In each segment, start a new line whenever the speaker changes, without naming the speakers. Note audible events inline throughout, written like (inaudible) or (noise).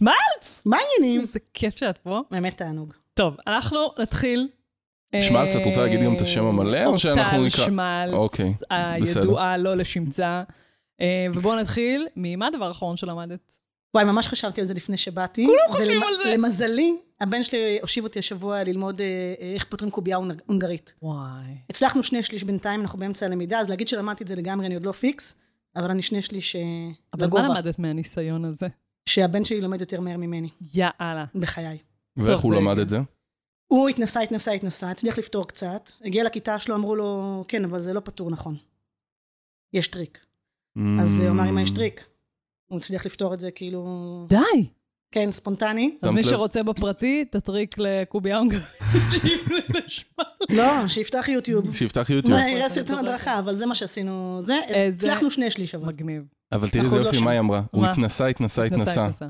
שמלץ!
מה העניינים?
איזה כיף שאת פה.
באמת תענוג.
טוב, אנחנו נתחיל.
שמלץ, את רוצה להגיד גם את השם המלא, או שאנחנו
טל
נקרא-
שמלץ,
אוקיי,
הידועה לא לשמצה. אה, ובואו נתחיל ממה הדבר האחרון שלמדת?
וואי, ממש חשבתי על זה לפני שבאתי.
כולם חושבים
ולמ-
על זה.
למזלי, הבן שלי הושיב אותי השבוע ללמוד אה, אה, איך פותרים קובייה הונג- הונגרית.
וואי.
הצלחנו שני שליש בינתיים, אנחנו באמצע הלמידה, אז להגיד שלמדתי את זה לגמרי, אני עוד לא פיקס, אבל אני שני שליש אה,
אבל מה
לגובה.
למדת מהניסיון הזה?
שהבן שלי לומד יותר מהר ממני,
יאללה.
בחיי.
ואיך
טוב,
הוא
זה-
למד את זה?
הוא התנסה, התנסה, התנסה, הצליח לפתור קצת, הגיע לכיתה שלו, אמרו לו, כן, אבל זה לא פתור נכון. יש טריק.
Mm.
אז הוא אמר, אמא,
Mm.
יש טריק. הוא הצליח לפתור את זה כאילו,
די!
כן,
(laughs)
ספונטני.
אז
שמת
מי
לב?
שרוצה בפרטי, תטריק לקובי
(laughs)
אונגר.
לא, שיפתח יוטיוב.
שיפתח יוטיוב.
מה, יראה סרטון הדרכה, אבל זה מה שעשינו, זה,
איזה-
הצלחנו שני שליש אבל.
מגניב.
אבל תראי איזה
אנחנו לא
יופי,
שם.
מה היא אמרה? הוא
מה?
התנסה, התנסה, התנסה.
התנסה.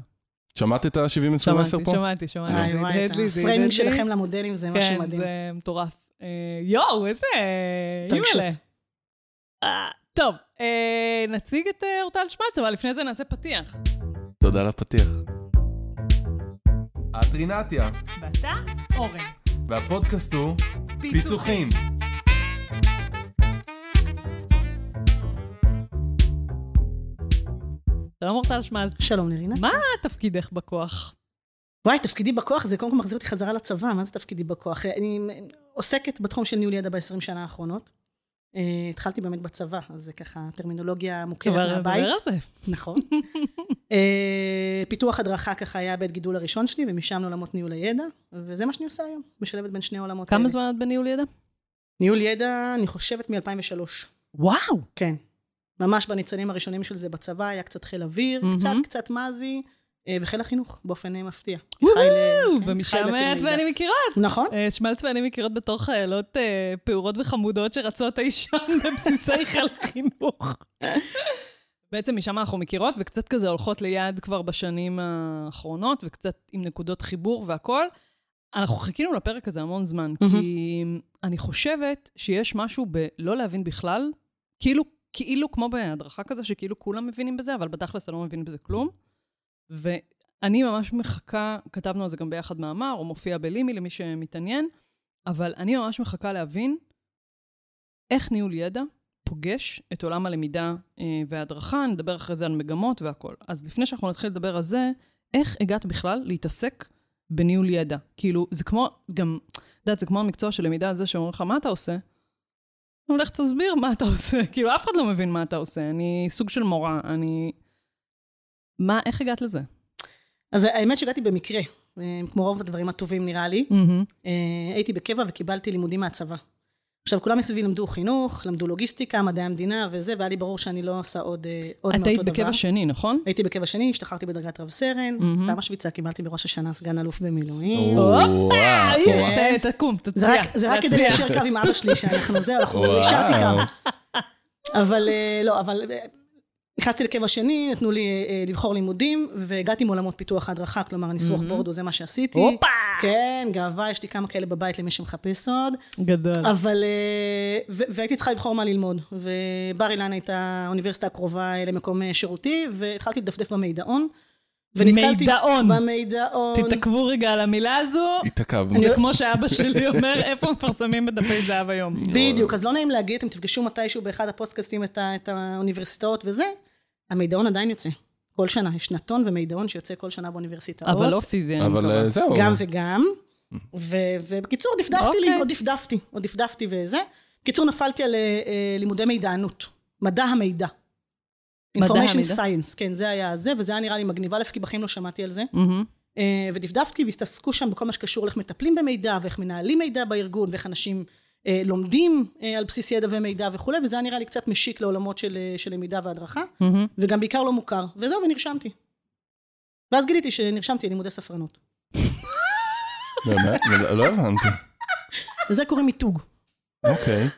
שמעת את ה-70-10
שמעתי,
פה?
שמעתי, שמעתי.
וואי
זה
וואי,
הדהד לי, זה
הפריימינג
הדהד לי.
שלכם למודלים זה משהו
כן,
מדהים.
זה מטורף. אה, יואו, איזה...
התרגשות.
אימא'לה. אה, טוב, אה, נציג את אה, אורטל שמץ, אבל לפני זה נעשה פתיח.
תודה לפתיח.
את רינתיה,
ואתה, אורן.
והפודקאסט הוא פיצוחים.
שלום אורטל שמץ.
שלום לרינה.
מה תפקידך בכוח?
וואי, תפקידי בכוח זה קודם כל מחזיר אותי חזרה לצבא, מה זה תפקידי בכוח? אה, אני עוסקת בתחום של ניהול ידע ב-20 שנה האחרונות. אה, התחלתי באמת בצבא, אז זה ככה טרמינולוגיה מוכרת
כבר
כן, מהבית.
נדבר על זה. (laughs)
נכון. אה, פיתוח הדרכה ככה היה בית גידול הראשון שלי, ומשם לעולמות ניהול הידע, וזה מה שאני עושה היום, משלבת בין שני העולמות האלה.
כמה זמן את בניהול ידע?
ניהול ידע, אני חושבת מ-2003.
וואו!
כן. ממש בניצנים הראשונים של זה בצבא, היה קצת חיל אוויר,
מהמם.
קצת קצת מזי, אה, וחיל החינוך, באופן אה, מפתיע.
וואו,
חי ל- כן, חי
ומשם
לתל
את
מידע.
ואני מכירות.
נכון?
אה, שמלץ ואני מכירות בתור חיילות אה, פעורות וחמודות שרצות אי שם (laughs) בבסיסי חיל החינוך. בעצם משם אנחנו מכירות, וקצת כזה הולכות ליד כבר בשנים האחרונות, וקצת עם נקודות חיבור והכול. אנחנו חיכינו לפרק הזה המון זמן, כי אני חושבת שיש משהו בלא להבין בכלל, כאילו, כאילו כמו בהדרכה כזה, שכאילו כולם מבינים בזה, אבל בתכלס אתה לא מבין בזה כלום. ואני ממש מחכה, כתבנו על זה גם ביחד מאמר, הוא מופיע בלימי למי שמתעניין, אבל אני ממש מחכה להבין איך ניהול ידע פוגש את עולם הלמידה אה, וההדרכה, נדבר אחרי זה על מגמות והכול. אז לפני שאנחנו נתחיל לדבר על זה, איך הגעת בכלל להתעסק בניהול ידע? כאילו, זה כמו, גם, את יודעת, זה כמו המקצוע של למידה על זה שאומרים לך, מה אתה עושה? אבל לך תסביר מה אתה עושה. (laughs) כאילו, אף אחד לא מבין מה אתה עושה. אני סוג של מורה, אני... מה, איך הגעת לזה?
אז האמת שהגעתי במקרה, אה, כמו רוב הדברים הטובים נראה לי. אה, הייתי בקבע וקיבלתי לימודים מהצבא. עכשיו, כולם מסביבי למדו חינוך, למדו לוגיסטיקה, מדעי המדינה וזה, והיה לי ברור שאני לא עושה עוד אה, עוד
את
מאותו
היית
דבר.
בקבע שני, נכון?
הייתי בקבע שני, השתחררתי בדרגת רב סרן,
מהמם.
סתם השוויצה, קיבלתי בראש השנה סגן אלוף במילואים.
וואו,
איזה-
וואו.
ת- תקום,
זה
תצליח.
רק- זה רק כדי
תצליח.
ליישר קו עם אבא שלי, שאנחנו זהו, אנחנו
וואו.
יישרתי קו. אבל אה, לא, אבל אה, נכנסתי לקבע שני, נתנו לי אה, אה, לבחור לימודים, והגעתי עם עולמות פיתוח ההדרכה, כלומר ניסוח
מהמם.
בורדו, זה מה שעשיתי.
הופה!
כן, גאווה, יש לי כמה כאלה בבית למי שמחפש עוד.
גדול.
אבל... אה, ו- והייתי צריכה לבחור מה ללמוד. ובר אילן הייתה האוניברסיטה הקרובה אה, למקום אה, שירותי, והתחלתי לדפדף במידעון. ונתקלתי-
מידעון.
במידעון.
תתעכבו רגע על המילה הזו.
התעכבנו.
זה כמו שאבא שלי אומר, איפה מפרסמים בדפי זהב היום.
בדיוק, אז לא נעים להגיד, אתם תפגשו מתישהו באחד הפוסטקאסטים את, ה- את האוניברסיטאות וזה, המידעון עדיין יוצא. כל שנה, יש שנתון ומידעון שיוצא כל שנה באוניברסיטאות.
אבל לא פיזי, אני
אבל
מקווה.
אה, זהו.
גם וגם. ו- ובקיצור, דפדפתי לי,
אוקיי.
עוד דפדפתי, עוד דפדפתי וזה. בקיצור, נפלתי על אה, אה, לימודי מידענות. מדע המידע.
מדע
Information
המידע.
Science, כן, זה היה זה, וזה היה נראה לי מגניב, א', כי בחיים לא שמעתי על זה.
מהמם.
אה, ודפדפתי והסתעסקו שם בכל מה שקשור לאיך מטפלים במידע ואיך מנהלים מידע בארגון ואיך אנשים אה, לומדים אה, על בסיס ידע ומידע וכולי וזה היה נראה לי קצת משיק לעולמות של, אה, של למידה והדרכה
מהמם.
וגם בעיקר לא מוכר וזהו ונרשמתי. ואז גיליתי שנרשמתי ללימודי ספרנות.
באמת? לא- לא הבנתי.
לזה קוראים מיתוג.
אוקיי.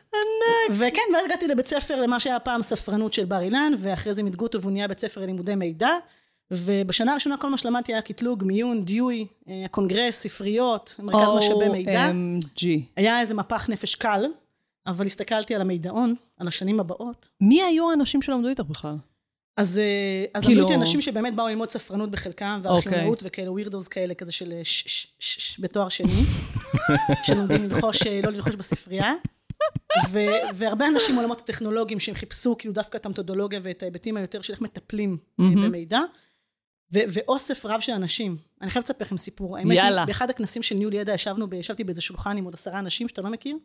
וכן, ואז הגעתי לבית ספר למה שהיה פעם ספרנות של בר אילן, ואחרי זה מיתגו אותו והוא נהיה בית ספר ללימודי מידע. ובשנה הראשונה כל מה שלמדתי היה קטלוג, מיון, דיואי, אה, הקונגרס, ספריות, מרכז משאבי מידע.
אה, OMG.
היה איזה מפח נפש קל, אבל הסתכלתי על המידעון, על השנים הבאות.
מי היו האנשים שלמדו איתך בכלל?
אז, אה,
כאילו- אוקיי.
אז כאילו... למדו אותי אנשים שבאמת באו ללמוד ספרנות בחלקם, והארכיונאות וכאלה ווירדוס כאלה, כזה של אה, ש- ש- ש- ש- בתואר
(laughs)
שני, שלומדים ללחוש, אה, לא ללחוש בספרייה. ו, והרבה אנשים מעולמות הטכנולוגיים שהם חיפשו כאילו דווקא את המתודולוגיה ואת ההיבטים היותר של איך מטפלים אה,
מהמם.
במידע. ו- ואוסף רב של אנשים. אני חייבת לספר לכם סיפור. האמת
יאללה.
היא, באחד הכנסים של ניהול ידע ישבנו, ב- ישבתי באיזה שולחן עם עוד עשרה אנשים שאתה לא מכיר,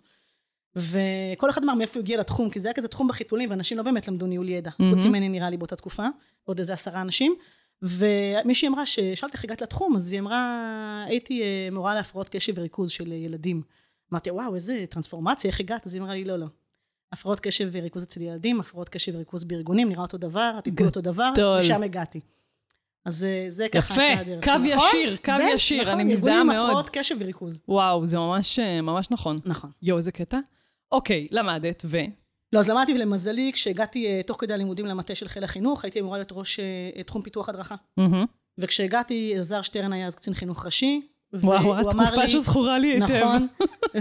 וכל אחד אמר מאיפה הוא הגיע לתחום, כי זה היה כזה תחום בחיתולים, ואנשים לא באמת למדו ניהול ידע.
מהמם.
חוץ ממני נראה לי באותה תקופה, עוד איזה עשרה אנשים. ומישהי אמרה, ששאלת איך הגעת לתחום, אז היא אמרה, הייתי אה, מורה להפרעות קשב וריכוז של אה, ילדים. אמרתי, וואו, איזה טרנספורמציה, איך הגעת? אז היא אמרה לי, לא, לא. הפרעות קשב וריכוז אצל ילדים, הפרעות קשב וריכוז בארגונים, נראה אותו דבר, הטיפול אותו דבר,
גדול.
ושם הגעתי. אז אה, זה ככה הייתה
יפה,
הדרך
קו
שלי. נכון?
ישיר, קו
בן,
ישיר,
נכון,
אני מזדהה
ארגונים עם
מאוד.
הפרעות קשב וריכוז.
וואו, זה ממש אה, ממש נכון.
נכון.
יואו, איזה קטע. אוקיי, למדת, ו...
לא, אז למדתי, ולמזלי, כשהגעתי אה, תוך כדי הלימודים למטה של חיל החינוך, הייתי אמורה להיות ראש אה, תחום פיתוח הדרכה.
מהמם.
וכשהגעתי, אלעזר שטרן היה אז קצין חינוך ראשי. והוא
וואו,
אמר
התקופה
לי-
שזכורה לי היטב.
נכון.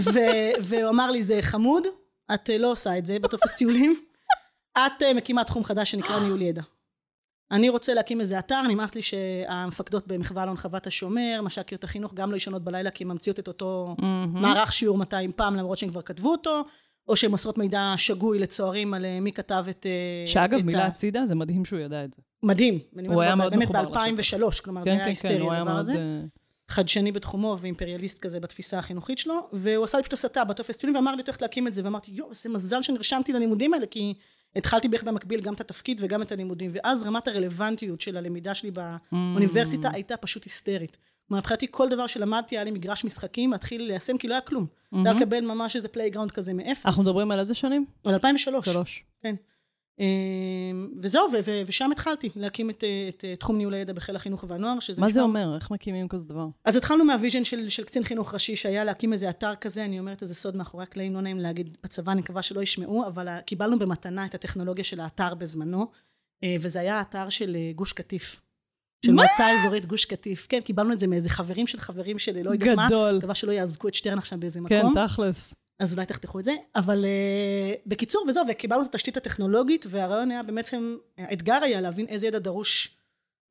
ו- והוא אמר לי, זה חמוד, את אה, לא עושה את זה בטופס טיולים. את אה, מקימה תחום חדש שנקרא ניהול ידע. אני רוצה להקים איזה אתר, נמאס לי שהמפקדות במחווה אלון חוות השומר, מש"קיות החינוך, גם לא ישנות בלילה כי הן ממציאות את אותו
מהמם.
מערך שיעור 200 פעם, למרות שהן כבר כתבו אותו, או שהן מוסרות מידע שגוי לצוערים על אה, מי כתב את... אה,
שאגב,
את
מילה
ה-
הצידה, זה מדהים שהוא ידע את זה.
מדהים. אני
הוא
אומרת,
היה מאוד
באמת
מחובר לשטח.
ב-2003, כלומר, זה
כן,
היה
כן,
היסטרי
כן, הוא היה
הדבר
מאוד...
הזה.
אה,
חדשני בתחומו ואימפריאליסט כזה בתפיסה החינוכית שלו, והוא עשה לי פשוט הסתה בטופס טיולים ואמר לי את הולכת להקים את זה, ואמרתי יואו איזה מזל שנרשמתי ללימודים האלה כי התחלתי בערך במקביל גם את התפקיד וגם את הלימודים, ואז רמת הרלוונטיות של הלמידה שלי באוניברסיטה
Mm.
הייתה פשוט היסטרית. כלומר מבחינתי כל דבר שלמדתי היה לי מגרש משחקים להתחיל ליישם כי לא היה כלום. אתה לקבל ממש איזה פלייגראונד כזה מאפס.
Mm-hmm. אנחנו מדברים על איזה שנים?
על 2003.
שלוש.
אמ, וזהו ו- ו- ושם התחלתי להקים את, אה, את אה, תחום ניהול הידע בחיל החינוך והנוער שזה
מה זה
נשמע
אומר? איך מקימים כזה דבר?
אז התחלנו מהוויז'ן של, של קצין חינוך ראשי שהיה להקים איזה אתר כזה, אני אומרת איזה סוד מאחורי הקלעים, לא נעים להגיד בצבא, אני מקווה שלא ישמעו, אבל אה, קיבלנו במתנה את הטכנולוגיה של האתר בזמנו, אה, וזה היה האתר של אה, גוש קטיף. של
מה?
מועצה אזורית גוש קטיף. כן, קיבלנו את זה מאיזה חברים של חברים של לא יודעת מה.
גדול.
מקווה שלא יעזקו את שטרן עכשיו באיזה
כן,
מקום.
תכלס.
אז אולי תחתכו את זה, אבל אה, בקיצור וזהו, וקיבלנו את התשתית הטכנולוגית, והרעיון היה בעצם, האתגר היה להבין איזה ידע דרוש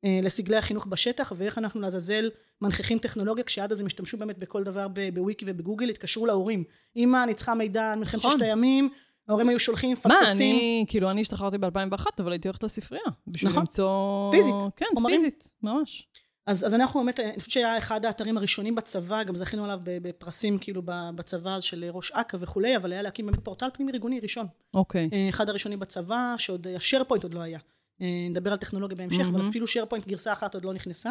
אה, לסגלי החינוך בשטח, ואיך אנחנו לעזאזל מנכיחים טכנולוגיה, כשעד אז הם השתמשו באמת בכל דבר ב- בוויקי ובגוגל, התקשרו להורים. אמא, אני צריכה מידע על מלחמת
נכון.
ששת הימים, ההורים היו שולחים
מה,
פקססים.
אני, כאילו, אני השתחררתי ב-2001, אבל הייתי הולכת לספרייה. בשביל
נכון.
למצוא...
פיזית,
כן,
חומרים.
פיזית, ממש.
אז, אז אנחנו באמת, אה, אני חושבת שהיה אחד האתרים הראשונים בצבא, גם זכינו עליו ב- בפרסים כאילו ב- בצבא של ראש אכ"א וכולי, אבל היה להקים באמת פורטל פנים ארגוני ראשון.
אוקיי.
אה, אחד הראשונים בצבא, שעוד השארפוינט עוד לא היה. אה, נדבר על טכנולוגיה בהמשך, אבל
מהמם.
אפילו שארפוינט גרסה אחת עוד לא נכנסה.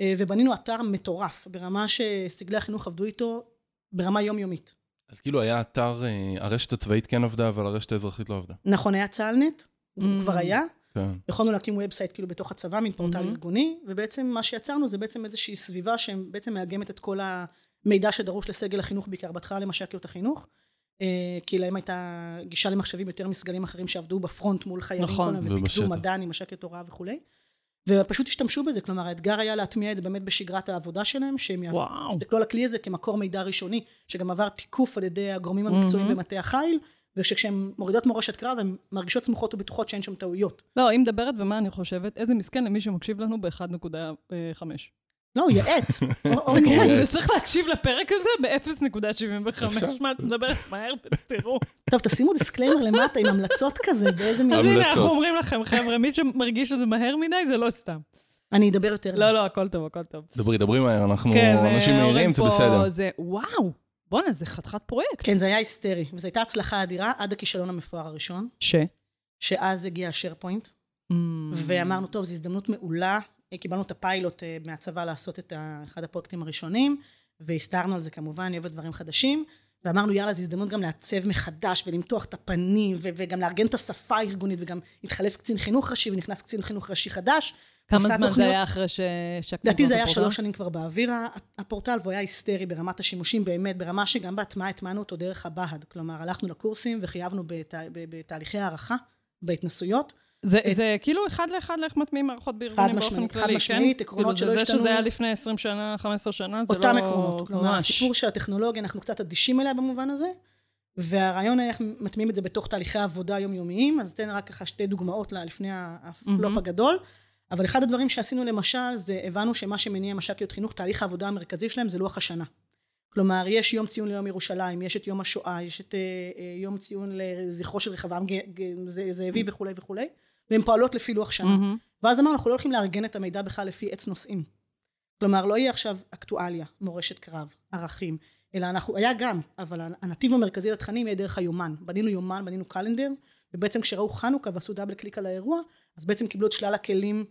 אה, ובנינו אתר מטורף, ברמה שסגלי החינוך עבדו איתו ברמה יומיומית.
אז כאילו היה אתר, אה, הרשת הצבאית כן עבדה, אבל הרשת האזרחית לא עבדה.
נכון, היה צה"לנט, הוא
Mm.
כבר היה,
כן.
יכולנו להקים ובסייט כאילו בתוך הצבא, מין פורטל
מהמם.
ארגוני, ובעצם מה שיצרנו זה בעצם איזושהי סביבה שבעצם מאגמת את כל המידע שדרוש לסגל החינוך בעיקר, בהתחלה למש"קיות החינוך, אה, כי להם הייתה גישה למחשבים יותר מסגלים אחרים שעבדו בפרונט מול חיילים,
נכון.
כל היום, ופיקדו
ובשטח.
מדע, מש"קיות הוראה וכולי, ופשוט השתמשו בזה, כלומר האתגר היה להטמיע את זה באמת בשגרת העבודה שלהם, שהם יעבדו
וואו.
תסתכלו על הכלי הזה כמקור מידע ראשוני, שגם עבר תיקוף על ידי הגורמים המקצועיים
מהמם.
במטה החיל, וכשהן מורידות מורשת קרב, הן מרגישות סמוכות ובטוחות שאין שם טעויות.
לא, היא מדברת ומה אני חושבת, איזה מסכן למי שמקשיב לנו ב-1.5.
לא, הוא
(laughs)
יעט. כן. אור- אורן
אוקיי.
יעט.
זה צריך להקשיב לפרק הזה ב-0.75.
אפשר?
מה, את מדברת מהר
(laughs)
בטירוף.
טוב, תשימו דיסקליימר למטה עם המלצות כזה, באיזה מילה.
אז הנה,
המלצות.
אנחנו אומרים לכם, חבר'ה, מי שמרגיש שזה מהר מדי, זה לא סתם.
אני אדבר יותר.
לא,
לאט.
לא, הכל טוב, הכל טוב.
דברי, דברי מהר, אנחנו
כן,
אנשים
אה,
מהירים,
אורן
זה
פה,
בסדר.
זה, וואו, בואנה, זה חתיכת פרויקט.
כן, זה היה היסטרי, וזו הייתה הצלחה אדירה עד הכישלון המפואר הראשון,
ש?
שאז הגיע השארפוינט,
Mm.
ואמרנו, טוב, זו הזדמנות מעולה. אה, קיבלנו את הפיילוט אה, מהצבא לעשות את ה- אחד הפרויקטים הראשונים, והסתרנו על זה כמובן, אני אוהבת דברים חדשים, ואמרנו, יאללה, זו הזדמנות גם לעצב מחדש ולמתוח את הפנים, ו- וגם לארגן את השפה הארגונית, וגם התחלף קצין חינוך ראשי, ונכנס קצין חינוך ראשי חדש.
כמה
עשה
זמן זה
תוכניות-
היה אחרי ש... שהקמתם
לדעתי זה
את
היה
הפורטל?
שלוש שנים כבר באוויר ה- הפורטל, והוא היה היסטרי ברמת השימושים באמת, ברמה שגם בהטמעה הטמענו אותו דרך הבה"ד. כלומר, הלכנו לקורסים וחייבנו בתה, ב- בתהליכי הערכה, בהתנסויות.
זה, זה כאילו אחד לאחד לאיך מטמיעים מערכות בארגונים באופן
משמעית,
כללי,
חד
כן?
משמעית, עקרונות
כאילו,
שלא
זה זה שזה
השתנו.
היה לפני 20 שנה, 15 שנה, זה לא...
אותם עקרונות. כלומר,
ממש.
הסיפור של הטכנולוגיה, אנחנו קצת אדישים אליה במובן הזה, והרעיון היה איך מטמיעים את זה בתוך תהליכי העבודה היומיומיים, אז אתן רק ככה שתי דוגמאות לה, לפני הפלופ
מהמם.
הגדול. אבל אחד הדברים שעשינו למשל, זה הבנו שמה שמניע מש"קיות חינוך, תהליך העבודה המרכזי שלהם זה לוח השנה. כלומר, יש יום ציון ליום ירושלים, יש את יום השואה, יש את אה, אה, יום ציון לזכרו של רחבעם ג- ג- ז- זאבי וכולי וכולי, והן פועלות לפי לוח שנה.
מהמם.
ואז אמרנו, אנחנו לא הולכים לארגן את המידע בכלל לפי עץ נושאים. כלומר, לא יהיה עכשיו אקטואליה, מורשת קרב, ערכים, אלא אנחנו, היה גם, אבל הנתיב המרכזי לתכנים יהיה דרך היומן. בנינו יומן, בנינו קלנדר, ובעצם כשראו חנוכה ועשו דאבל קליק על האירוע, אז בעצם קיבלו את שלל הכלים.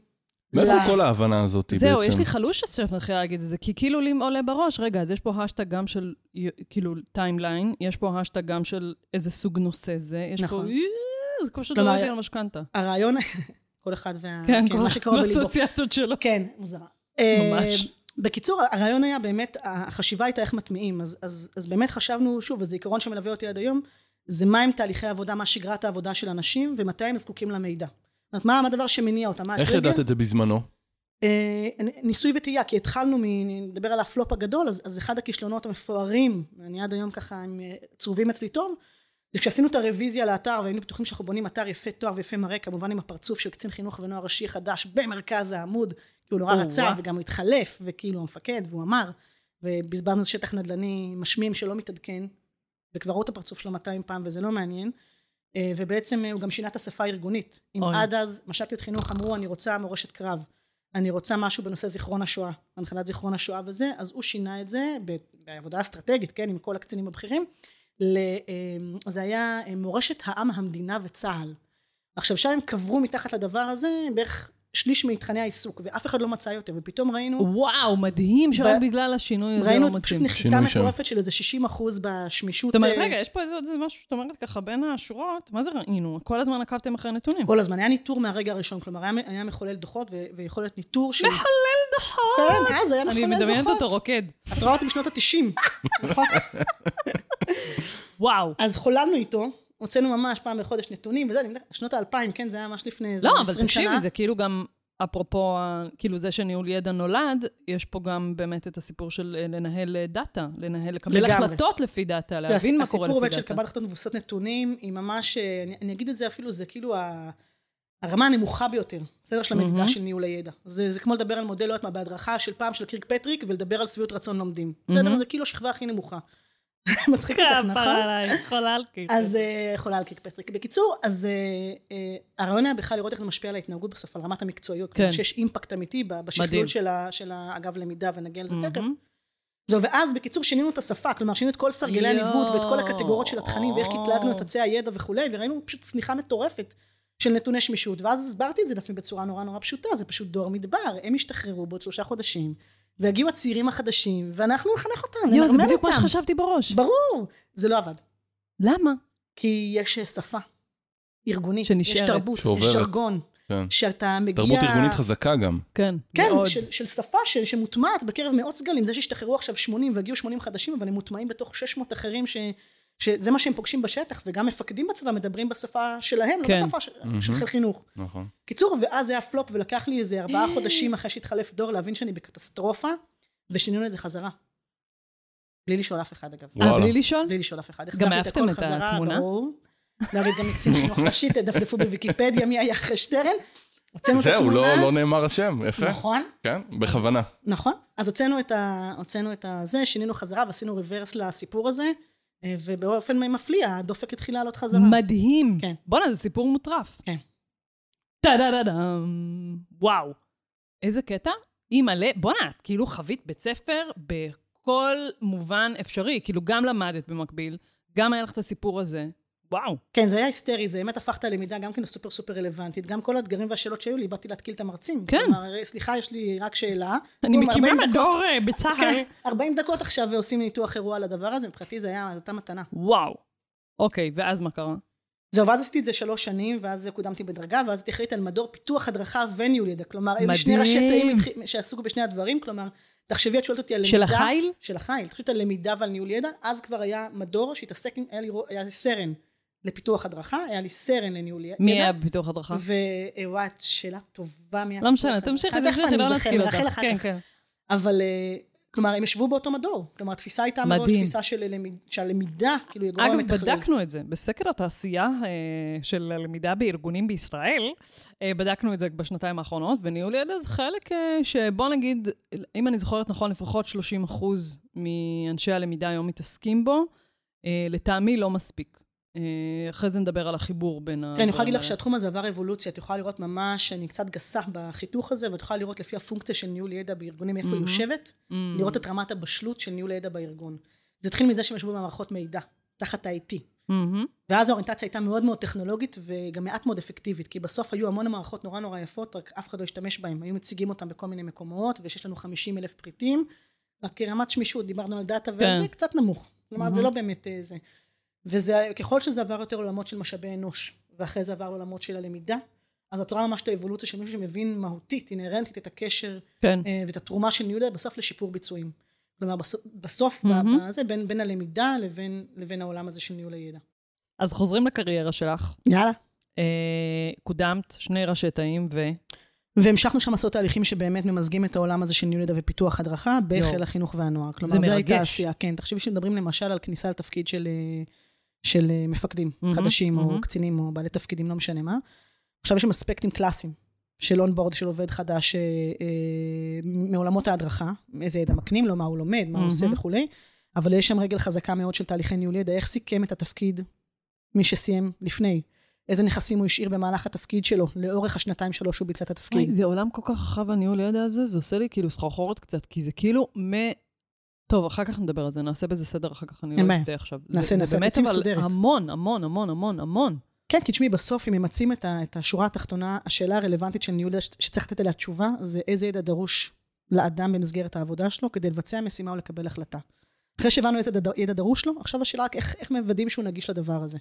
מאיפה
ל-
כל ההבנה הזאת בעצם?
זהו, יש לי חלוש שאת מתחילה להגיד את זה, כי כאילו לי עולה בראש, רגע, אז יש פה השטג גם של י- כאילו טיימליין, יש פה השטג גם של איזה סוג נושא זה, יש
נכון.
פה... אה, זה כמו שאתה
כלומר,
לא על משכנתה.
הרעיון, (laughs) כל אחד וה...
כן, כל
מה שקרוב
אחד
לליבו.
והאסוציאציות שלו.
כן, מוזרה.
ממש.
אה, בקיצור, הרעיון היה באמת, החשיבה הייתה איך מטמיעים, אז, אז, אז באמת חשבנו, שוב, וזה עיקרון שמלווה אותי עד היום, זה מהם תהליכי העבודה, מה שגרת העבודה של אנשים, ומתי הם זקוקים למידע. זאת אומרת, מה מה הדבר שמניע אותם, מה
איך
הטריגר?
ידעת את זה בזמנו?
אה, ניסוי וטעייה, כי התחלנו, מ- נדבר על הפלופ הגדול, אז, אז אחד הכישלונות המפוארים, אני עד היום ככה, הם אה, צרובים אצלי טוב, זה כשעשינו את הרוויזיה לאתר והיינו בטוחים שאנחנו בונים אתר יפה תואר ויפה מראה, כמובן עם הפרצוף של קצין חינוך ונוער ראשי חדש במרכז העמוד, כי הוא נורא
או-אה.
רצה וגם הוא התחלף, וכאילו המפקד, והוא אמר, ובזבזנו שטח נדל"ני משמים שלא מתעדכן, וכבר ראו את הפרצוף שלו 200 פעם וזה לא מעניין. אה, ובעצם אה, הוא גם שינה את השפה הארגונית. אם
אוי.
עד אז מש"קיות חינוך אמרו אני רוצה מורשת קרב, אני רוצה משהו בנושא זיכרון השואה, הנחלת זיכרון השואה וזה, אז הוא שינה את זה ב- בעבודה אסטרטגית, כן, עם כל הקצינים הבכירים, ל- אה, זה היה אה, מורשת העם, המדינה וצה"ל. עכשיו שם הם קברו מתחת לדבר הזה בערך שליש מתכני העיסוק, ואף אחד לא מצא יותר, ופתאום ראינו,
וואו, מדהים שרק
כאילו, ב-
בגלל השינוי הזה לא
ראינו פשוט
מוצאים.
נחיתה
שינוי שם.
מטורפת של איזה 60% בשמישות.
זאת אומרת,
אה,
רגע, יש פה איזה עוד איזה משהו שאת אומרת ככה בין השורות, מה זה ראינו? כל הזמן עקבתם אחרי נתונים.
כל הזמן, היה ניטור מהרגע הראשון, כלומר היה, היה מחולל דוחות ו- ויכול להיות ניטור של...
מחולל דוחות!
כן, אז היה מחולל
אני
דוחות.
מדמיינת אותו רוקד.
את רואה אותי בשנות התשעים, (laughs) נכון?
וואו.
אז חוללנו איתו, הוצאנו ממש פעם בחודש נתונים וזה, אני מדברת, שנות האלפיים, כן, זה היה ממש לפני איזה
לא,
20 שנה.
אבל תקשיבי, זה כאילו גם, אפרופו, ה- כאילו זה שניהול ידע נולד, יש פה גם באמת את הסיפור של אה, לנהל אה, דאטה, לנהל, לקבל
לגמרי.
החלטות לפי דאטה, להבין מה קורה
הסיפור
לפי
באמת של
דאטה.
קבלת החלטות מבוססות נתונים, היא ממש, אה, אני, אני אגיד את זה אפילו, זה כאילו ה, הרמה הנמוכה ביותר, בסדר? של המדידה
מהמם.
של ניהול הידע. זה, זה כמו לדבר על מודל, לא יודעת מה, בהדרכה של פעם של קירק פטריק, ולדבר על שביעות רצון לומדים.
מהמם.
בסדר? זה כאילו השכבה הכי נמוכה. (laughs) מצחיק אותך, נכון? אז אה, חולה על קיק פטריק. בקיצור, אז אה, אה, הרעיון היה בכלל לראות איך זה משפיע על ההתנהגות בסוף, על רמת המקצועיות. כלומר,
כן.
שיש אימפקט אמיתי ב-
מדהים.
בשכלול של ה- של האגב למידה, ונגיע לזה תכף.
מהמם.
זהו, ואז בקיצור שינינו את השפה, כלומר שינינו את כל סרגלי
יואו.
הניווט ואת כל הקטגוריות של התכנים ואיך קטלגנו את עצי הידע וכולי, וראינו פשוט צניחה מטורפת של נתוני שמישות, ואז הסברתי את זה לעצמי בצורה נורא נורא פשוטה, זה פשוט דור מדבר, הם השתחררו בעוד שלושה חודשים, והגיעו הצעירים החדשים, ואנחנו נחנך אותם,
יואו, זה
נלמד
בדיוק מה
אותם.
שחשבתי בראש.
ברור, זה לא עבד.
למה?
כי יש אה, שפה ארגונית, יש
שנשארת.
תרבות, יש
שעוברת.
שרגון,
כן.
שאתה מגיע...
תרבות ארגונית חזקה גם.
כן,
כן,
מאוד.
של, של שפה של, שמוטמעת בקרב מאות סגלים, זה שהשתחררו עכשיו 80 והגיעו 80 חדשים, אבל הם מוטמעים בתוך 600 אחרים, ש, שזה מה שהם פוגשים בשטח, וגם מפקדים בצבא מדברים בשפה שלהם,
כן.
לא בשפה של,
מהמם.
של חיל חינוך.
נכון.
קיצור, ואז זה היה פלופ, ולקח לי איזה ארבעה חודשים אחרי שהתחלף דור להבין שאני בקטסטרופה, ושינינו את זה חזרה. בלי לשאול אף אחד, אגב.
אה,
וואלה.
בלי לשאול?
בלי לשאול אף אחד.
גם
החזרתי את
העפתם
הכל
את
חזרה,
התמונה?
ברור. להוריד גם מקצין חינוך ראשי, תדפדפו בוויקיפדיה מי היה אחרי שטרן. הוצאנו את
זהו,
התמונה.
לא לא נאמר השם, יפה.
נכון,
כן, בכוונה.
נכון. אז הוצאנו את, ה... הוצאנו את הזה, שינינו חזרה ועשינו ריברס לסיפור הזה, אה, ובאופן מפליא, הדופק התחיל לעלות חזרה.
מדהים.
כן.
בואנה, זה סיפור מוטרף.
כן.
טה-דה-דה-דם. וואו. איזה קטע? היא מלא... בואנה, את כאילו חווית בית ספר בכל מובן אפשרי. כאילו, גם למדת במקביל, גם היה לך את הסיפור הזה. וואו.
כן, זה היה היסטרי, זה באמת הפך את הלמידה גם כן לסופר סופר רלוונטית. גם כל האתגרים והשאלות שהיו לי, באתי להתקיל את המרצים.
כן.
כלומר, אה, סליחה, יש לי רק שאלה.
אני
כלומר,
מקימה
40 דקות-
מדור אה, בצה"ל.
כן, 40 דקות עכשיו ועושים ניתוח אירוע על הדבר הזה, מבחינתי זה היה, זאת הייתה מתנה.
וואו. אוקיי, ואז מה קרה?
זהו, ואז עשיתי את זה שלוש שנים, ואז קודמתי בדרגה, ואז הייתי אחראית על מדור פיתוח הדרכה וניהול ידע. כלומר, היו לי שני
מדהים.
ראשי תאים התח- שעסקו בשני הדברים, כלומר, תחשבי, את שואלת אותי על למידה.
של החיל?
של החיל, תחשבי על למידה ועל ניהול ידע, אז כבר היה מדור שהתעסק עם, היה לי, רו- היה לי סרן לפיתוח הדרכה, היה לי סרן לניהול ידע.
מי היה בפיתוח הדרכה?
ווואי, שאלה טובה מי היה
לא משנה,
בפיתוח
תמשיכי,
הדרכה. תכף
תמשיכי,
אני
לא
אזכר,
נתקיל אותך.
נאחל אחר
כן,
כך.
כן.
אבל אה, כלומר, הם ישבו באותו מדור. כלומר, התפיסה הייתה מראש
מדהים.
תפיסה של למיד- שהלמידה, כאילו, היא הגורם
אגב,
המתכלל.
בדקנו את זה. בסקר התעשייה אה, של הלמידה בארגונים בישראל, אה, בדקנו את זה בשנתיים האחרונות, וניהול ידע זה חלק אה, שבוא נגיד, אם אני זוכרת נכון, לפחות 30 אחוז מאנשי הלמידה היום מתעסקים בו, אה, לטעמי לא מספיק. אה, אחרי זה נדבר על החיבור בין ה...
כן, אני יכולה להגיד לך שהתחום הזה עבר אבולוציה, את יכולה לראות ממש, אני קצת גסה בחיתוך הזה, ואת יכולה לראות לפי הפונקציה של ניהול ידע בארגונים, איפה היא
מהמם.
יושבת,
מהמם.
לראות את רמת הבשלות של ניהול הידע בארגון. זה התחיל מזה שהם ישבו במערכות מידע, תחת ה-IT.
מהמם.
ואז האוריינטציה הייתה מאוד מאוד טכנולוגית וגם מעט מאוד אפקטיבית, כי בסוף היו המון מערכות נורא נורא יפות, רק אף אחד לא השתמש בהן, היו מציגים אותן בכל מיני מקומות, ושיש לנו 50 אלף פריטים, רק כרמת שמישות, דיברנו על דאטה, וזה קצת נמוך. כלומר, זה
מהמם.
לא באמת אה, זה. וזה, ככל שזה עבר יותר עולמות של משאבי אנוש, ואחרי זה עבר לעולמות של הלמידה, אז את רואה ממש את האבולוציה של מישהו שמבין מהותית, אינהרנטית, את הקשר
כן.
אה, ואת התרומה של ניהול בסוף לשיפור ביצועים. כלומר, בסוף, בסוף
מהמם.
mm-hmm. זה בין, בין הלמידה לבין, לבין העולם הזה של ניהול הידע.
אז חוזרים לקריירה שלך.
יאללה.
אה, קודמת שני ראשי תאים ו...
והמשכנו שם לעשות תהליכים שבאמת ממזגים את העולם הזה של ניהול ידע ופיתוח הדרכה בחיל
יואו.
החינוך והנוער. כלומר,
זה
זו הייתה
מרגש.
עשייה, כן. תחשבי שמדברים למשל על כניסה לתפקיד של, אה, של אה, מפקדים
מהמם,
חדשים, או
מהמם.
קצינים, או בעלי תפקידים, לא משנה מה. עכשיו יש שם אספקטים קלאסיים של אונבורד של עובד חדש אה, אה, מעולמות ההדרכה, איזה ידע מקנים לו, מה הוא לומד, מה הוא עושה
מהמם.
וכולי, אבל יש שם רגל חזקה מאוד של תהליכי ניהול ידע, איך סיכם את התפקיד מי שסיים לפני. איזה נכסים הוא השאיר במהלך התפקיד שלו, לאורך השנתיים שלו שהוא ביצע את התפקיד.
אוי, זה עולם כל כך רחב, הניהול ידע הזה, זה עושה לי כאילו סחרחורת קצת, כי זה כאילו מ... טוב, אחר כך נדבר על זה, נעשה בזה סדר, אחר כך אני
אין
לא
בעיה.
אסתה עכשיו.
נעשה-
זה,
נעשה,
זה באמת
תצאי
אבל
מסודרת.
המון, המון, המון, המון, המון.
כן, כי תשמעי, בסוף, אם ממצים את, ה, את השורה התחתונה, השאלה הרלוונטית של ניהול ש- שצריך לתת עליה תשובה, זה איזה ידע דרוש לאדם במסגרת העבודה שלו כדי לבצע משימה או לקבל החלטה. אחרי שהבנו איזה ידע- ידע דרוש לו, עכשיו השאלה רק איך, איך מוודאים שהוא נגיש לדבר הזה.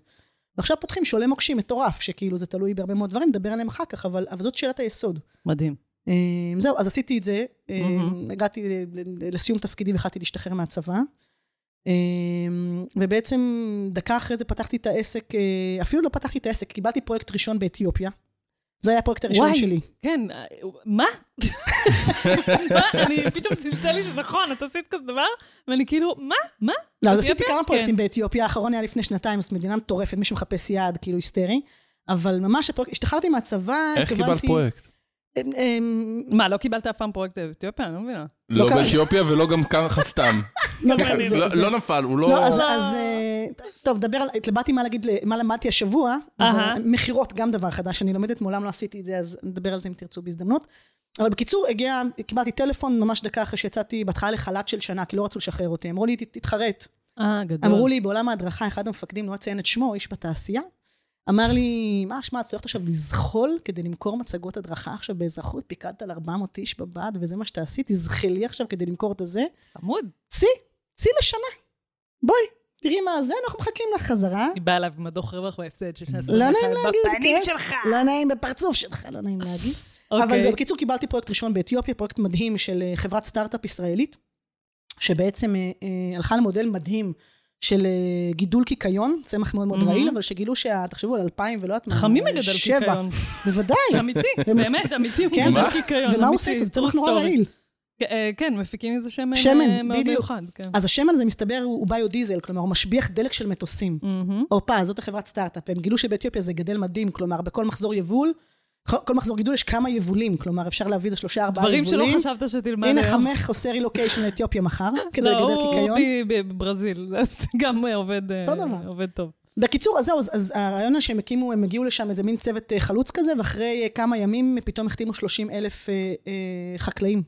ועכשיו פותחים שעולה מוקשים מטורף, שכאילו זה תלוי בהרבה מאוד דברים, נדבר עליהם אחר כך, אבל, אבל זאת שאלת היסוד.
מדהים.
אמ, זהו, אז עשיתי את זה, אמ,
מהמם.
הגעתי ל- ל- לסיום תפקידי והחלטתי להשתחרר מהצבא. אמ, ובעצם דקה אחרי זה פתחתי את העסק, אה, אפילו לא פתחתי את העסק, קיבלתי פרויקט ראשון באתיופיה. זה היה הפרויקט הראשון
וואי.
שלי.
כן, אה,
(laughs)
מה? מה? אני פתאום צלצל לי שנכון, את עשית כזה דבר? ואני כאילו, מה? מה?
לא, אז עשיתי
אתיופיה?
כמה
כן.
פרויקטים באתיופיה, האחרון היה לפני שנתיים, זאת מדינה מטורפת, מי שמחפש יעד, כאילו היסטרי. אבל ממש, הפרויקט- השתחררתי מהצבא,
איך קיבלת
התכוונתי-
פרויקט?
אמ, אמ,
מה, לא קיבלת אף פעם פרויקט באתיופיה? אני לא מבינה.
לא
קרה.
באתיופיה ולא גם ככה
(laughs)
סתם.
לא,
ככה,
זה-
לא-
זה-
לא נפל, הוא לא...
לא, אז, אז אה, טוב, דבר על, התלבטתי מה להגיד, ל- מה למדתי השבוע,
אהה.
אבל מכירות גם דבר חדש, אני לומדת, מעולם לא עשיתי את זה, אז נדבר על זה אם תרצו בהזדמנות. אבל בקיצור, הגיע, קיבלתי טלפון ממש דקה אחרי שיצאתי בהתחלה לחל"ת של שנה, כי לא רצו לשחרר אותי, אמרו לי, "ת- תתחרט.
אה, גדול.
אמרו לי, בעולם ההדרכה, אחד המפקדים, לא אציין את שמו, איש בתעשייה, אמר לי, מה, שמע, את הולכת עכשיו לזחול כדי למכור מצגות הדרכה עכשיו באזרחות, פיקדת על 400 איש בבד, וזה מה שתעשי, תזחלי עכשיו כדי למכור את הזה.
חמוד.
צי, צי לשנה. בואי, תראי מה זה, אנחנו מחכים לך חזרה.
אני באה אליו עם הדוח רווח והפסד של שנעשה
לא
לך
נעים להגיד,
בפנים
כן.
שלך.
לא נעים בפרצוף שלך, לא נעים להגיד. כן. אבל
אוקיי.
זה, בקיצור, קיבלתי פרויקט ראשון באתיופיה, פרויקט מדהים של אה, חברת סטארט-אפ ישראלית, שבעצם אה, אה, הלכה למודל מדהים של אה, גידול קיקיון, צמח מאוד מאוד
מהמם.
רעיל, אבל שגילו שה... תחשבו על אלפיים ולא יודעת מה,
חמים מגדל
שבע.
קיקיון. (laughs)
בוודאי.
אמיתי,
ומצ-
באמת, אמיתי, הוא
כן.
קיבל
מה?
קיקיון.
ומה הוא
אמיתי,
עושה איתו? זה
true
צמח נורא
story.
רעיל.
אה, כן, מפיקים מזה שמן
שמן,
אה, מאוד
בדיוק.
מיוחד. כן.
אז השמן הזה, מסתבר, הוא הוא ביודיזל, כלומר, הוא משביח דלק של מטוסים.
מהמם.
הופה, זאת החברת סטארט-אפ. הם גילו שבאתיופיה זה גדל מדהים, כלומר, בכל מחזור יבול, כל כל מחזור גידול יש כמה יבולים, כלומר, אפשר להביא איזה שלושה, ארבעה
דברים
יבולים.
שלא חשבת שתלמד היום.
הנה, חמך עושה רילוקיישן לאתיופיה
(laughs)
מחר, כדי
לא,
לגדל
הוא
קיקיון.
ב- ב- בברזיל, (laughs) אז גם אה, עובד, אה,
אותו דבר.
עובד טוב.
בקיצור, אז זהו, אז- אז הרעיון הוא שהם הקימו, הם הגיעו לשם איזה מין צוות אה, חלוץ כזה, ואחרי אה, כמה ימים פתאום החתימו 30 אלף אה, חקלאים.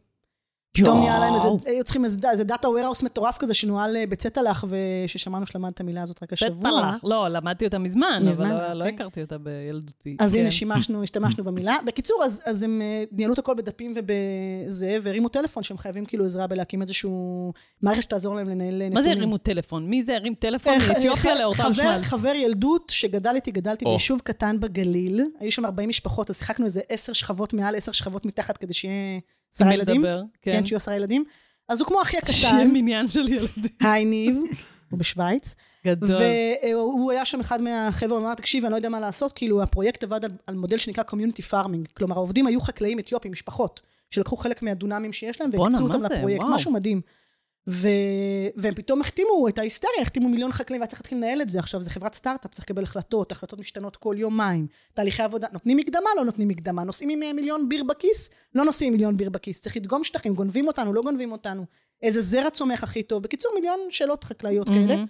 פתאום נהיה להם איזה, היו צריכים איזה ד- איזה דאטה warehouse מטורף כזה, שנוהל אה, בצטלח, וששמענו שלמד את המילה הזאת רק השבוע.
בטח, לא, למדתי אותה מזמן, אבל
מזמן,
לא- לא
אוקיי.
הכרתי אותה בילדותי.
אז
כן.
הנה, שימשנו, השתמשנו במילה. בקיצור, אז, אז הם אה, ניהלו את הכל בדפים ובזה, והרימו טלפון שהם חייבים כאילו עזרה בלהקים איזשהו מערכת שתעזור להם לנהל נתונים.
מה זה הרימו טלפון? מי זה הרים טלפון
אה,
מאתיופיה
ח-
לאורטל
חבר-
שמלץ?
חבר ילדות שגדל איתי, גדלתי
או.
ביישוב קטן בגליל, היו שם 40 משפחות, אז שיחקנו איזה 10 שכבות מעל, 10 שכבות מתחת, כדי שיהיה
עם
עשרה
מי
ילדים.
לדבר, כן.
כן, שיהיו עשרה ילדים. אז הוא כמו אחי
שיהיה
הקטן,
מניין של ילדים.
היי ניב, הוא בשוויץ.
גדול.
והוא היה שם אחד מהחבר'ה, הוא אמר, תקשיב, אני לא יודע מה לעשות, כאילו הפרויקט עבד על, על מודל שנקרא Community Farming, כלומר העובדים היו חקלאים אתיופים, משפחות, שלקחו חלק מהדונמים שיש להם
בואנה,
והקצו
מה
אותם
זה?
לפרויקט,
וואו.
משהו מדהים. ו... והם פתאום החתימו את ההיסטריה, החתימו מיליון חקלאים, והיה צריך להתחיל לנהל את זה עכשיו, זה חברת סטארט-אפ, צריך לקבל החלטות, החלטות משתנות כל יומיים, תהליכי עבודה, נותנים מקדמה, לא נותנים מקדמה, נוסעים עם אה, מיליון ביר בכיס, לא נוסעים עם מיליון ביר בכיס, צריך לדגום שטחים, גונבים אותנו, לא גונבים אותנו, איזה זרע צומח הכי טוב, בקיצור מיליון שאלות חקלאיות כאלה,
מהמם.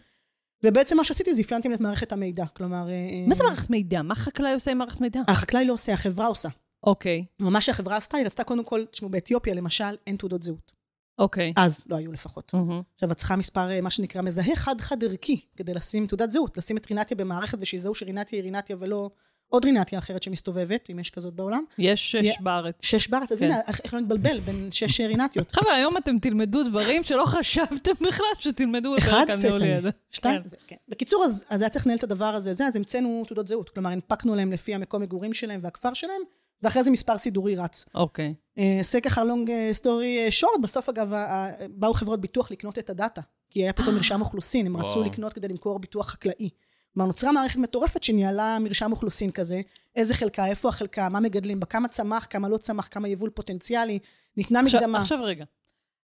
ובעצם מה שעשיתי זה אפיינתי את מערכת המידע, כלומר... אה,
מה זה
אה,
מערכת מידע? מה חקלאי עושה עם מערכת מידע?
החקלאי לא עושה, החברה עושה.
אוקיי,
מה שהחברה עשתה, היא רצתה קודם כל, תשמעו, באתיופיה למשל אין תעודות זהות.
אוקיי.
אז לא היו לפחות.
מהמם.
עכשיו, את צריכה מספר, אה, מה שנקרא, מזהה חד-חד ערכי, כדי לשים תעודת זהות, לשים את רינתיה במערכת ושיזהו שרינתיה היא רינתיה ולא עוד רינתיה אחרת שמסתובבת, אם יש כזאת בעולם.
יש שש
יה-
בארץ.
שש בארץ, אז
כן.
הנה, איך- איך לא נתבלבל בין שש אה,
(laughs)
רינתיות.
חבר'ה, היום אתם תלמדו דברים שלא חשבתם (laughs) בכלל שתלמדו
אחד
בפרק
צטני,
הניהולי הזה.
שתיים.
כן.
זה, כן. בקיצור, אז, אז היה צריך לנהל את הדבר הזה, זה, אז המצאנו תעודות זהות. כלומר, הנפקנו להם לפי המקום מגורים שלהם והכפר שלהם, ואחרי זה מספר סידורי רץ.
אוקיי.
עשה ככה לונג אה, סטורי שורט, בסוף אגב, ה- ה- באו חברות ביטוח לקנות את הדאטה, כי היה
אה.
פתאום מרשם אוכלוסין, הם רצו
וואו.
לקנות כדי למכור ביטוח חקלאי. כלומר, נוצרה מערכת מטורפת שניהלה מרשם אוכלוסין כזה, איזה חלקה, איפה החלקה, מה מגדלים בה, כמה צמח, כמה לא צמח, כמה יבול פוטנציאלי, ניתנה
עכשיו-
מקדמה.
עכשיו רגע,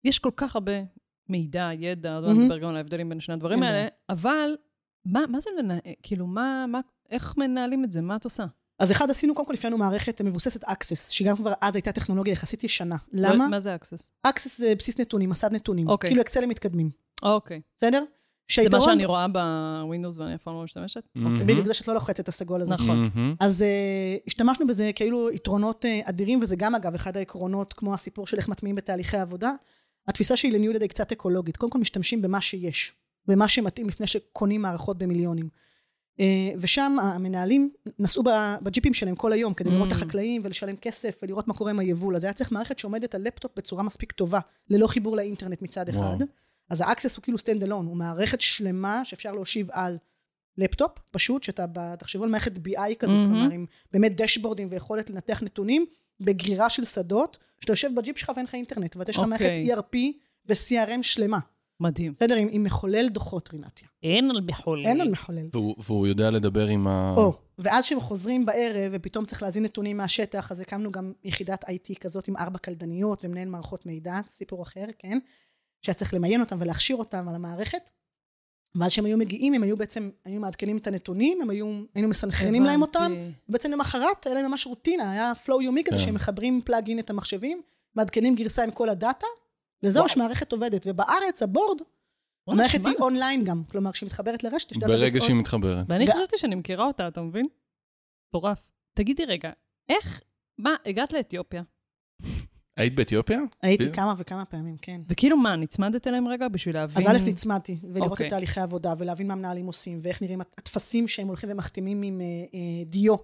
יש כל כך הרבה מידע, ידע, עוד מעט
מהמם.
נדבר גם על ההבדלים בין שני הדברים
אין
האלה, אבל מה מה זה לנהל, כאילו, מה, מה- איך מנהלים את זה? מה את עושה?
אז אחד, עשינו, קודם כל לפנינו מערכת מבוססת Access, שגם כבר אז הייתה טכנולוגיה יחסית ישנה.
לא-
למה?
מה זה access?
Access זה בסיס נתונים, מסד נתונים.
אוקיי.
כאילו אקסלים מתקדמים,
אוקיי.
בסדר?
זה מה
שהיתרון-
שאני רואה בווינדוס ואני אף פעם לא משתמשת?
מהמם.
בדיוק, זה שאת לא לוחצת את הסגול הזה.
נכון.
מהמם.
אז uh, השתמשנו בזה כאילו יתרונות uh, אדירים, וזה גם אגב אחד העקרונות, כמו הסיפור של איך מטמיעים בתהליכי עבודה. התפיסה שלי לניהול ידע היא קצת אקולוגית. קודם כל משתמשים במה שיש, במה שמתאים לפני שקונים מערכות במיליונים. Uh, ושם המנהלים נסעו ב- בג'יפים שלהם כל היום כדי לראות את
Mm.
החקלאים ולשלם כסף ולראות מה קורה עם היבול. אז היה צריך מערכת שעומדת על לפטופ בצורה מספיק טובה, ללא חיבור לאינטרנט מצד
וואו.
אחד. אז האקסס הוא כאילו stand alone, הוא מערכת שלמה שאפשר להושיב על לפטופ, פשוט, שאתה, ב- תחשבו על מערכת BI כזו,
מהמם.
כלומר, עם באמת דשבורדים ויכולת לנתח נתונים, בגרירה של שדות, שאתה יושב בג'יפ שלך ואין לך אינטרנט, ואתה יש לך מערכת E
אוקיי.
ERP ו-CRM שלמה.
מדהים.
בסדר, עם, עם מחולל דוחות, רינתיה.
אין על בחולי.
אין על מחולל.
והוא- והוא יודע לדבר עם ה...
או, ואז כשהם חוזרים בערב, ופתאום צריך להזין נתונים מהשטח, אז הקמנו גם יחידת IT כזאת עם ארבע קלדניות ומנהל מערכות מידע, סיפור אחר, כן? שהיה צריך למיין אותם ולהכשיר אותם על המערכת. ואז כשהם היו מגיעים, הם היו בעצם, היו מעדכנים את הנתונים, הם היו, היינו מסנכרנים להם אותם, ובעצם למחרת היה להם ממש רוטינה, היה flow יומי כזה
כן.
שהם מחברים פלאג אין את המחשבים, מעדכנים גרסה עם כל הדאטה, וזהו, יש מערכת עובדת. ובארץ, הבורד, המערכת היא אונליין גם. כלומר, כשהיא מתחברת לרשת, יש דאטה
ברגע
בס-
שהיא מתחברת.
ואני
ו-
חשבתי שאני מכירה אותה, אתה מבין? מטורף. תגידי רגע, איך, מה, הגעת לאתיופיה,
היית באתיופיה?
הייתי
בדיוק.
כמה וכמה פעמים, כן.
וכאילו מה, נצמדת אליהם רגע בשביל להבין?
אז א', נצמדתי, ולראות
אוקיי.
את תהליכי העבודה, ולהבין מה המנהלים עושים, ואיך נראים הט- הטפסים שהם הולכים ומחתימים עם אה, אה, דיו,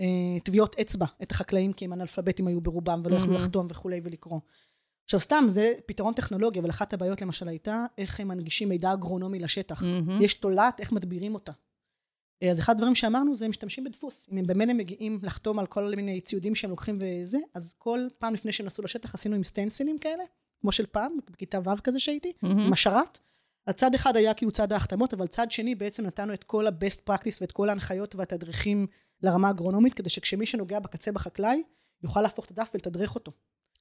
אה, טביעות אצבע, את החקלאים, כי הם אנאלפביתים היו ברובם, ולא יכלו
מהמם.
לחתום וכולי ולקרוא. עכשיו, סתם, זה פתרון טכנולוגי, אבל אחת הבעיות למשל הייתה, איך הם מנגישים מידע אגרונומי לשטח.
מהמם.
יש תולעת, איך מדבירים אותה. אה, אז אחד הדברים שאמרנו זה, הם משתמשים בדפוס. אם הם במילא מגיעים לחתום על כל מיני ציודים שהם לוקחים וזה, אז כל פעם לפני שהם נסעו לשטח עשינו עם סטנסילים כאלה, כמו של פעם, בכיתה ו' כזה שהייתי,
מהמם.
עם השרת. הצד אחד היה כאילו צד ההחתמות, אבל צד שני בעצם נתנו את כל ה-best practice ואת כל ההנחיות והתדריכים לרמה האגרונומית, כדי שכשמי שנוגע בקצה בחקלאי, יוכל להפוך את הדף ולתדרך אותו.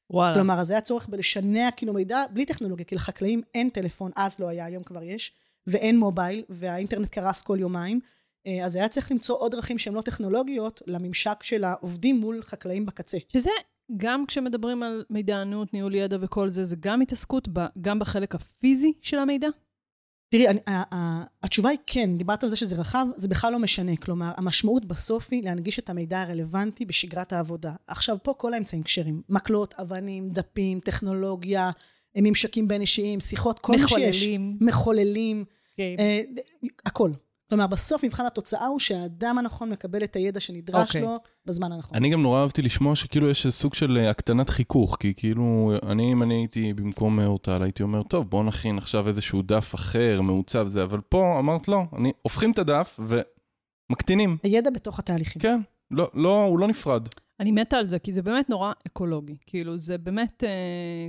וואלה.
כלומר, אז היה צורך בלשנע כאילו מידע בלי טכנולוגיה, כי לחקלאים אין טלפון, אז לא היה, היום כבר יש, ואין מובייל, והאינטרנט קרס כל יומיים. אה, אז היה צריך למצוא עוד דרכים שהן לא טכנולוגיות לממשק של העובדים מול חקלאים בקצה.
שזה, גם כשמדברים על מידענות, ניהול ידע וכל זה, זה גם התעסקות ב, גם בחלק הפיזי של המידע?
תראי, אני, ה, ה, התשובה היא כן, דיברת על זה שזה רחב, זה בכלל לא משנה. כלומר, המשמעות בסוף היא להנגיש את המידע הרלוונטי בשגרת העבודה. עכשיו, פה כל האמצעים כשרים. מקלות, אבנים, דפים, טכנולוגיה, ממשקים בין אישיים, שיחות, כל מה שיש.
מחוללים.
מחוללים.
כן.
אה, ד- הכל. כלומר, בסוף מבחן התוצאה הוא שהאדם הנכון מקבל את הידע שנדרש
אוקיי.
לו בזמן הנכון.
אני גם נורא אהבתי לשמוע שכאילו יש סוג של אה, הקטנת חיכוך, כי כאילו, אני, אם אני הייתי במקום אורטל, הייתי אומר, טוב, בוא נכין עכשיו איזשהו דף אחר, מעוצב זה, אבל פה אמרת לא, אני, הופכים את הדף ומקטינים,
הידע בתוך התהליכים.
כן, לא, לא, הוא לא נפרד.
אני מתה על זה, כי זה באמת נורא אקולוגי. כאילו, זה באמת אה,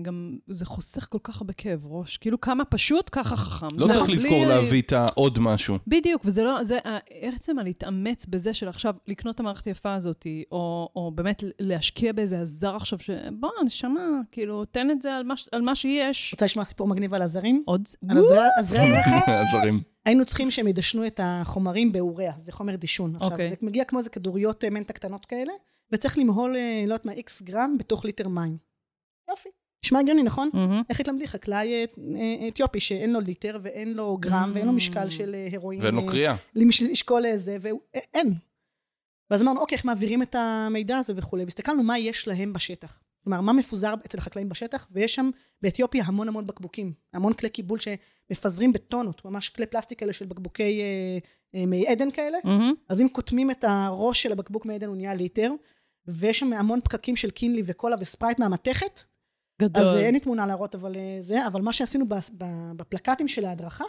גם, זה חוסך כל כך הרבה כאב ראש. כאילו, כמה פשוט, ככה חכם.
לא
זה
נכון.
צריך
בלי-
לזכור להביא את העוד משהו.
בדיוק, וזה לא, זה ה- עצם הלהתאמץ בזה של עכשיו לקנות את המערכת היפה הזאת, או, או באמת להשקיע באיזה הזר עכשיו, ש... בוא, נשמה, כאילו, תן את זה על מה, ש- על מה שיש.
רוצה לשמוע סיפור מגניב על הזרים?
עוד... ז-
על הזרי- הזרי
אוקיי.
(laughs)
הלחם?
הזרים.
היינו צריכים שהם ידשנו את החומרים באוריה, זה חומר דישון. עכשיו,
אוקיי.
זה מגיע כמו איזה כדוריות אה, מנטה קטנות כאלה, וצריך למהול, אה, לא יודעת מה, איקס גרם בתוך ליטר מים. יופי. נשמע הגיוני, נכון?
מהמם.
איך התלמדי חקלאי אה, אה, אתיופי שאין לו ליטר ואין לו גרם ואין לו משקל של אה, הרואין?
ואין לו
אה,
קריאה.
למש- לשקול איזה, ואין. ואז אמרנו, אוקיי, איך מעבירים את המידע הזה וכולי, והסתכלנו מה יש להם בשטח. כלומר, מה מפוזר אצל החקלאים בשטח, ויש שם באתיופיה המון המון בקבוקים, המון כלי קיבול שמפזרים בטונות, ממש כלי פלסטיק כאלה של בקבוקי אה, אה, מי עדן כאלה.
מהמם.
אז אם קוטמים את הראש של הבקבוק מי עדן הוא נהיה ליטר, ויש שם המון פקקים של קינלי וקולה וספרייט מהמתכת,
גדול.
אז אה, אין לי תמונה להראות אבל אה, זה, אבל מה שעשינו בס- ב- בפלקטים של ההדרכה,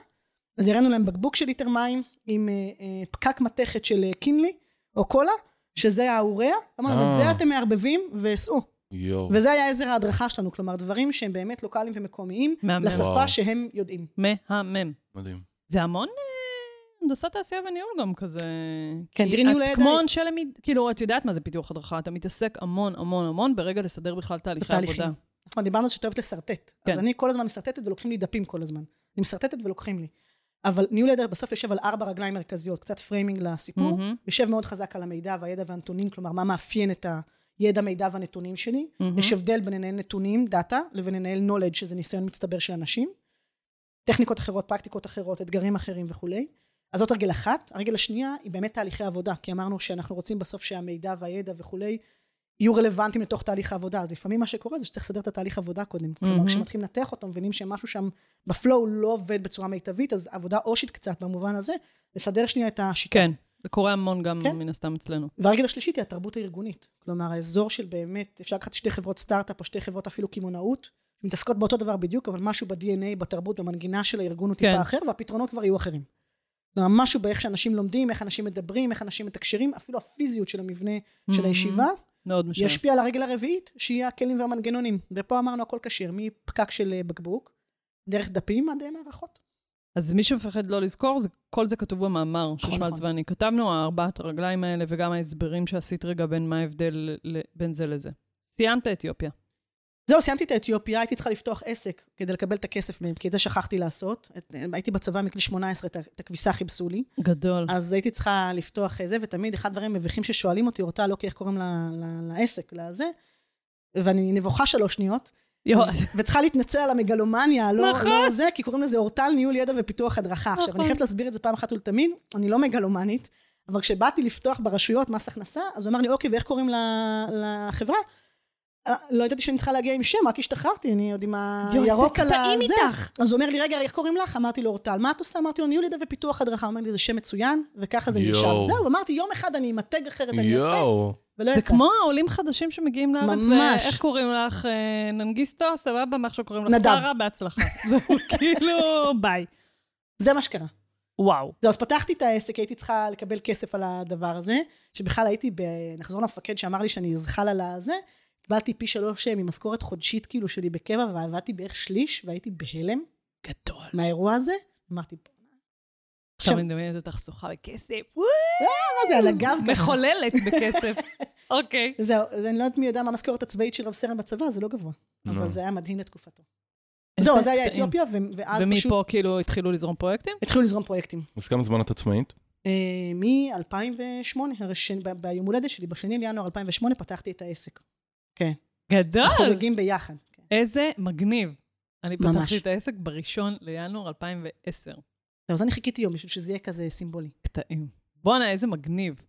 אז הראינו להם בקבוק של ליטר מים עם אה, אה, פקק מתכת של אה, קינלי או קולה, שזה האוריה, אמרנו,
אה.
את זה אתם מערבבים וסעו.
יואו.
וזה היה עזר ההדרכה שלנו, כלומר דברים שהם באמת לוקאליים ומקומיים,
מהמם.
לשפה
וואו.
שהם יודעים.
מהמם.
מדהים.
זה המון אה, הנדסת תעשייה וניהול גם כזה.
כן,
כי
תראי ניהול
את
הידע.
כמו אנשי למיד, כאילו, את יודעת מה זה פיתוח הדרכה, אתה מתעסק המון המון המון ברגע לסדר בכלל תהליכי
בתהליכים.
עבודה.
נכון, דיברנו על שאת אוהבת לשרטט.
כן.
אז אני כל הזמן משרטטת ולוקחים לי דפים כל הזמן. אני משרטטת ולוקחים לי. אבל ניהול ידע בסוף יושב על ארבע רגליים מרכזיות, קצת פריימינג לסיפור.
מהמם.
יושב מאוד חזק על המידע והידע והנתונים, כלומר, מה מאפיין את הידע, מידע והנתונים שלי.
מהמם.
יש הבדל בין לנהל נתונים, דאטה, לבין לנהל knowledge, שזה ניסיון מצטבר של אנשים. טכניקות אחרות, פרקטיקות אחרות, אתגרים אחרים וכולי. אז זאת רגל אחת. הרגל השנייה היא באמת תהליכי עבודה, כי אמרנו שאנחנו רוצים בסוף שהמידע והידע וכולי יהיו רלוונטיים לתוך תהליך העבודה. אז לפעמים מה שקורה זה שצריך לסדר את התהליך עבודה קודם. כלומר,
מהמם.
כשמתחילים לנתח אותו, מבינים שמשהו שם בפלואו לא עובד בצורה מיטבית, אז עבודה אושית קצת במובן הזה, לסדר שנייה את השיטה.
כן, זה קורה המון גם
כן.
מן הסתם אצלנו.
והרגל השלישית היא התרבות הארגונית. כלומר, האזור של באמת, אפשר לקחת שתי חברות סטארט-אפ או שתי חברות אפילו קמעונאות, מתעסקות באותו דבר בדיוק, אבל משהו ב-DNA, בתרבות, במנגינה של הארגון הוא טיפה
כן.
אחר, והפתרונות כבר יהיו אחרים. כלומר, משהו באיך שאנשים לומדים, איך אנשים מדברים, איך אנשים מתקשרים, אפילו הפיזיות של המבנה של
Mhm.
הישיבה,
מאוד משנה.
ישפיע על הרגל הרביעית, שהיא הכלים והמנגנונים. ופה אמרנו הכל כשר, מפקק של אה, בקבוק, דרך דפים עד אה, מערכות.
אז מי שמפחד לא לזכור, זה, כל זה כתוב במאמר ששמעת
נכון.
ואני כתבנו, הארבעת הרגליים האלה וגם ההסברים שעשית רגע בין מה ההבדל ל- בין זה לזה. סיימת אתיופיה.
זהו, סיימתי את האתיופיה, הייתי צריכה לפתוח עסק כדי לקבל את הכסף מהם, כי את זה שכחתי לעשות. את- הייתי בצבא מגיל 18, את ה- את הכביסה חיפשו לי.
גדול.
אז הייתי צריכה לפתוח אה, זה, ותמיד אחד הדברים המביכים ששואלים אותי, אותה לא כי איך קוראים ל- ל- לעסק, לזה, ואני נבוכה שלוש שניות,
יו,
וצריכה להתנצל על המגלומניה, לא,
נכון.
לא זה, כי קוראים לזה אורטל ניהול ידע ופיתוח הדרכה. עכשיו,
נכון.
אני חייבת להסביר את זה פעם אחת ולתמיד, אני לא מגלומנית, אבל כשבאתי לפתוח ברשויות מס הכנסה, אז הוא אמר לי, אוקיי, ואיך קוראים ל- לחברה? אה, לא ידעתי שאני צריכה להגיע עם שם, רק השתחררתי, אני עוד עם
יו, איזה
הירוק אה, על
קטעים
הזה.
איתך.
אז הוא אומר לי, רגע, איך קוראים לך? אמרתי לו, אורטל, מה את עושה? אמרתי לו, ניהול ידע ופיתוח הדרכה. הוא אומר לי, זה שם מצוין, וככה זה
יואו.
נרשם. זהו, אמרתי, יום אחד אני אמתג אחרת, אני אעשה,
יואו.
ולא
זה
יצא.
כמו העולים חדשים שמגיעים לארץ,
ממש.
ואיך קוראים לך? אה, ננגיסטו, סבבה, מה עכשיו קוראים לך?
נדב.
שרה, בהצלחה. (laughs) זהו, כאילו, ביי.
זה מה שקרה.
וואו.
זהו, אז פתחתי את העסק, הייתי צריכה לקבל כסף על הדבר הזה, שבכלל הייתי, ב... נחזור למפקד שאמר לי שאני אזחל על הזה, קיבלתי פי שלוש אה, ממשכורת חודשית כאילו שלי בקבע, ועבדתי בערך שליש, והייתי בהלם
גדול.
מהאירוע הזה. אמרתי,
עכשיו
עכשיו-
אני מדמיינת אותך שוחה בכסף. וואו.
מה זה, על הגב ככה?
מחוללת
(laughs)
בכסף. אוקיי.
זהו, אז אני לא יודעת מי יודע מה המשכורת הצבאית של רב סרן בצבא, זה לא גבוה. אבל
נו.
זה היה מדהים לתקופתו. זהו, אז זה היה
איזה קטעים.
אתיופיה, ו- ואז פשוט
ומפה כאילו התחילו לזרום פרויקטים?
התחילו לזרום פרויקטים.
אז כמה זמן את עצמאית?
מ-2008, הרי ש- ב- ביום הולדת שלי, בשני לינואר 2008, פתחתי את העסק.
גדול.
חוגגים ביחד. כן.
איזה מגניב. אני
ממש.
פתחתי את העסק בראשון לינואר 2010.
זהו, אז אני חיכיתי יום בשביל שזה יהיה כזה סימבולי.
קטעים. בואנה, איזה מגניב.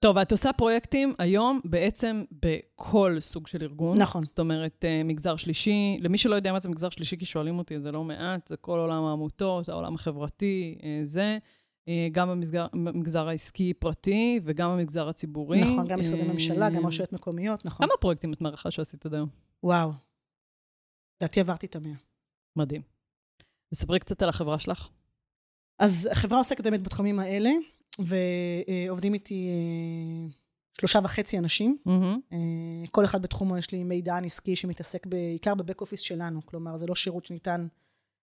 טוב, את עושה פרויקטים היום בעצם בכל סוג של ארגון.
נכון.
זאת אומרת, אה, מגזר שלישי, למי שלא יודע מה זה מגזר שלישי, כי שואלים אותי את זה לא מעט, זה כל עולם העמותות, העולם החברתי, אה, זה. אה, גם במסגר- במגזר העסקי פרטי וגם במגזר הציבורי.
נכון, גם משרדי
אה,
ממשלה, גם רשויות מקומיות, נכון.
כמה פרויקטים את מעריכה שעשית עד היום?
וואו. לדעתי עברתי את המאה.
מדהים. תספרי קצת על החברה שלך.
אז החברה עוסקת באמת בתחומים האלה, ועובדים איתי אה, שלושה וחצי אנשים.
מהמם.
אה, כל אחד בתחומו יש לי מידען עסקי שמתעסק בעיקר בבק אופיס שלנו, כלומר זה לא שירות שניתן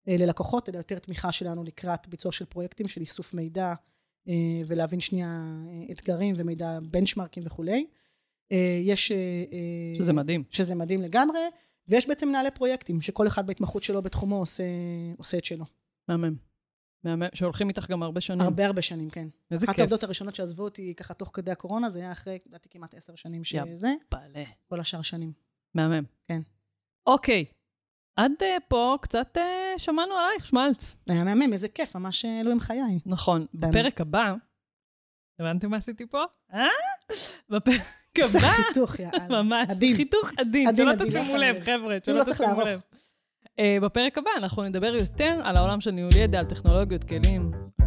אה, ללקוחות, אלא יותר תמיכה שלנו לקראת ביצוע של פרויקטים של איסוף מידע אה, ולהבין שנייה אה, אתגרים ומידע בנצ'מרקים וכולי. אה, יש... אה, אה,
שזה מדהים.
שזה מדהים לגמרי, ויש בעצם מנהלי פרויקטים, שכל אחד בהתמחות שלו בתחומו עושה, עושה את
Mm.
שלו.
מהמם. מהמם. שהולכים איתך גם הרבה שנים.
הרבה הרבה שנים, כן.
איזה
אחת
כיף.
העובדות הראשונות שעזבו אותי ככה תוך כדי הקורונה, זה היה אחרי, לדעתי, כמעט עשר שנים שזה,
בעלה.
כל השאר שנים.
מהמם.
כן.
אוקיי. עד אה, פה קצת אה, שמענו עלייך, שמלץ.
היה מהמם, איזה כיף, ממש אה, אלוהים חיי.
נכון.
באמת.
בפרק הבא, הבנתם מה עשיתי פה? אה?
(laughs)
בפרק
איזה
הבא,
חיתוך, יאללה.
(laughs) ממש.
עדין.
חיתוך עדין.
עדין,
שלא
עדין, לא
תשימו
שם
לב,
לב.
חבר'ה.
לא
שלא
צריך
תשימו
לערוך.
לב. אה, בפרק הבא אנחנו נדבר יותר על העולם של ניהול ידע, על טכנולוגיות, כלים,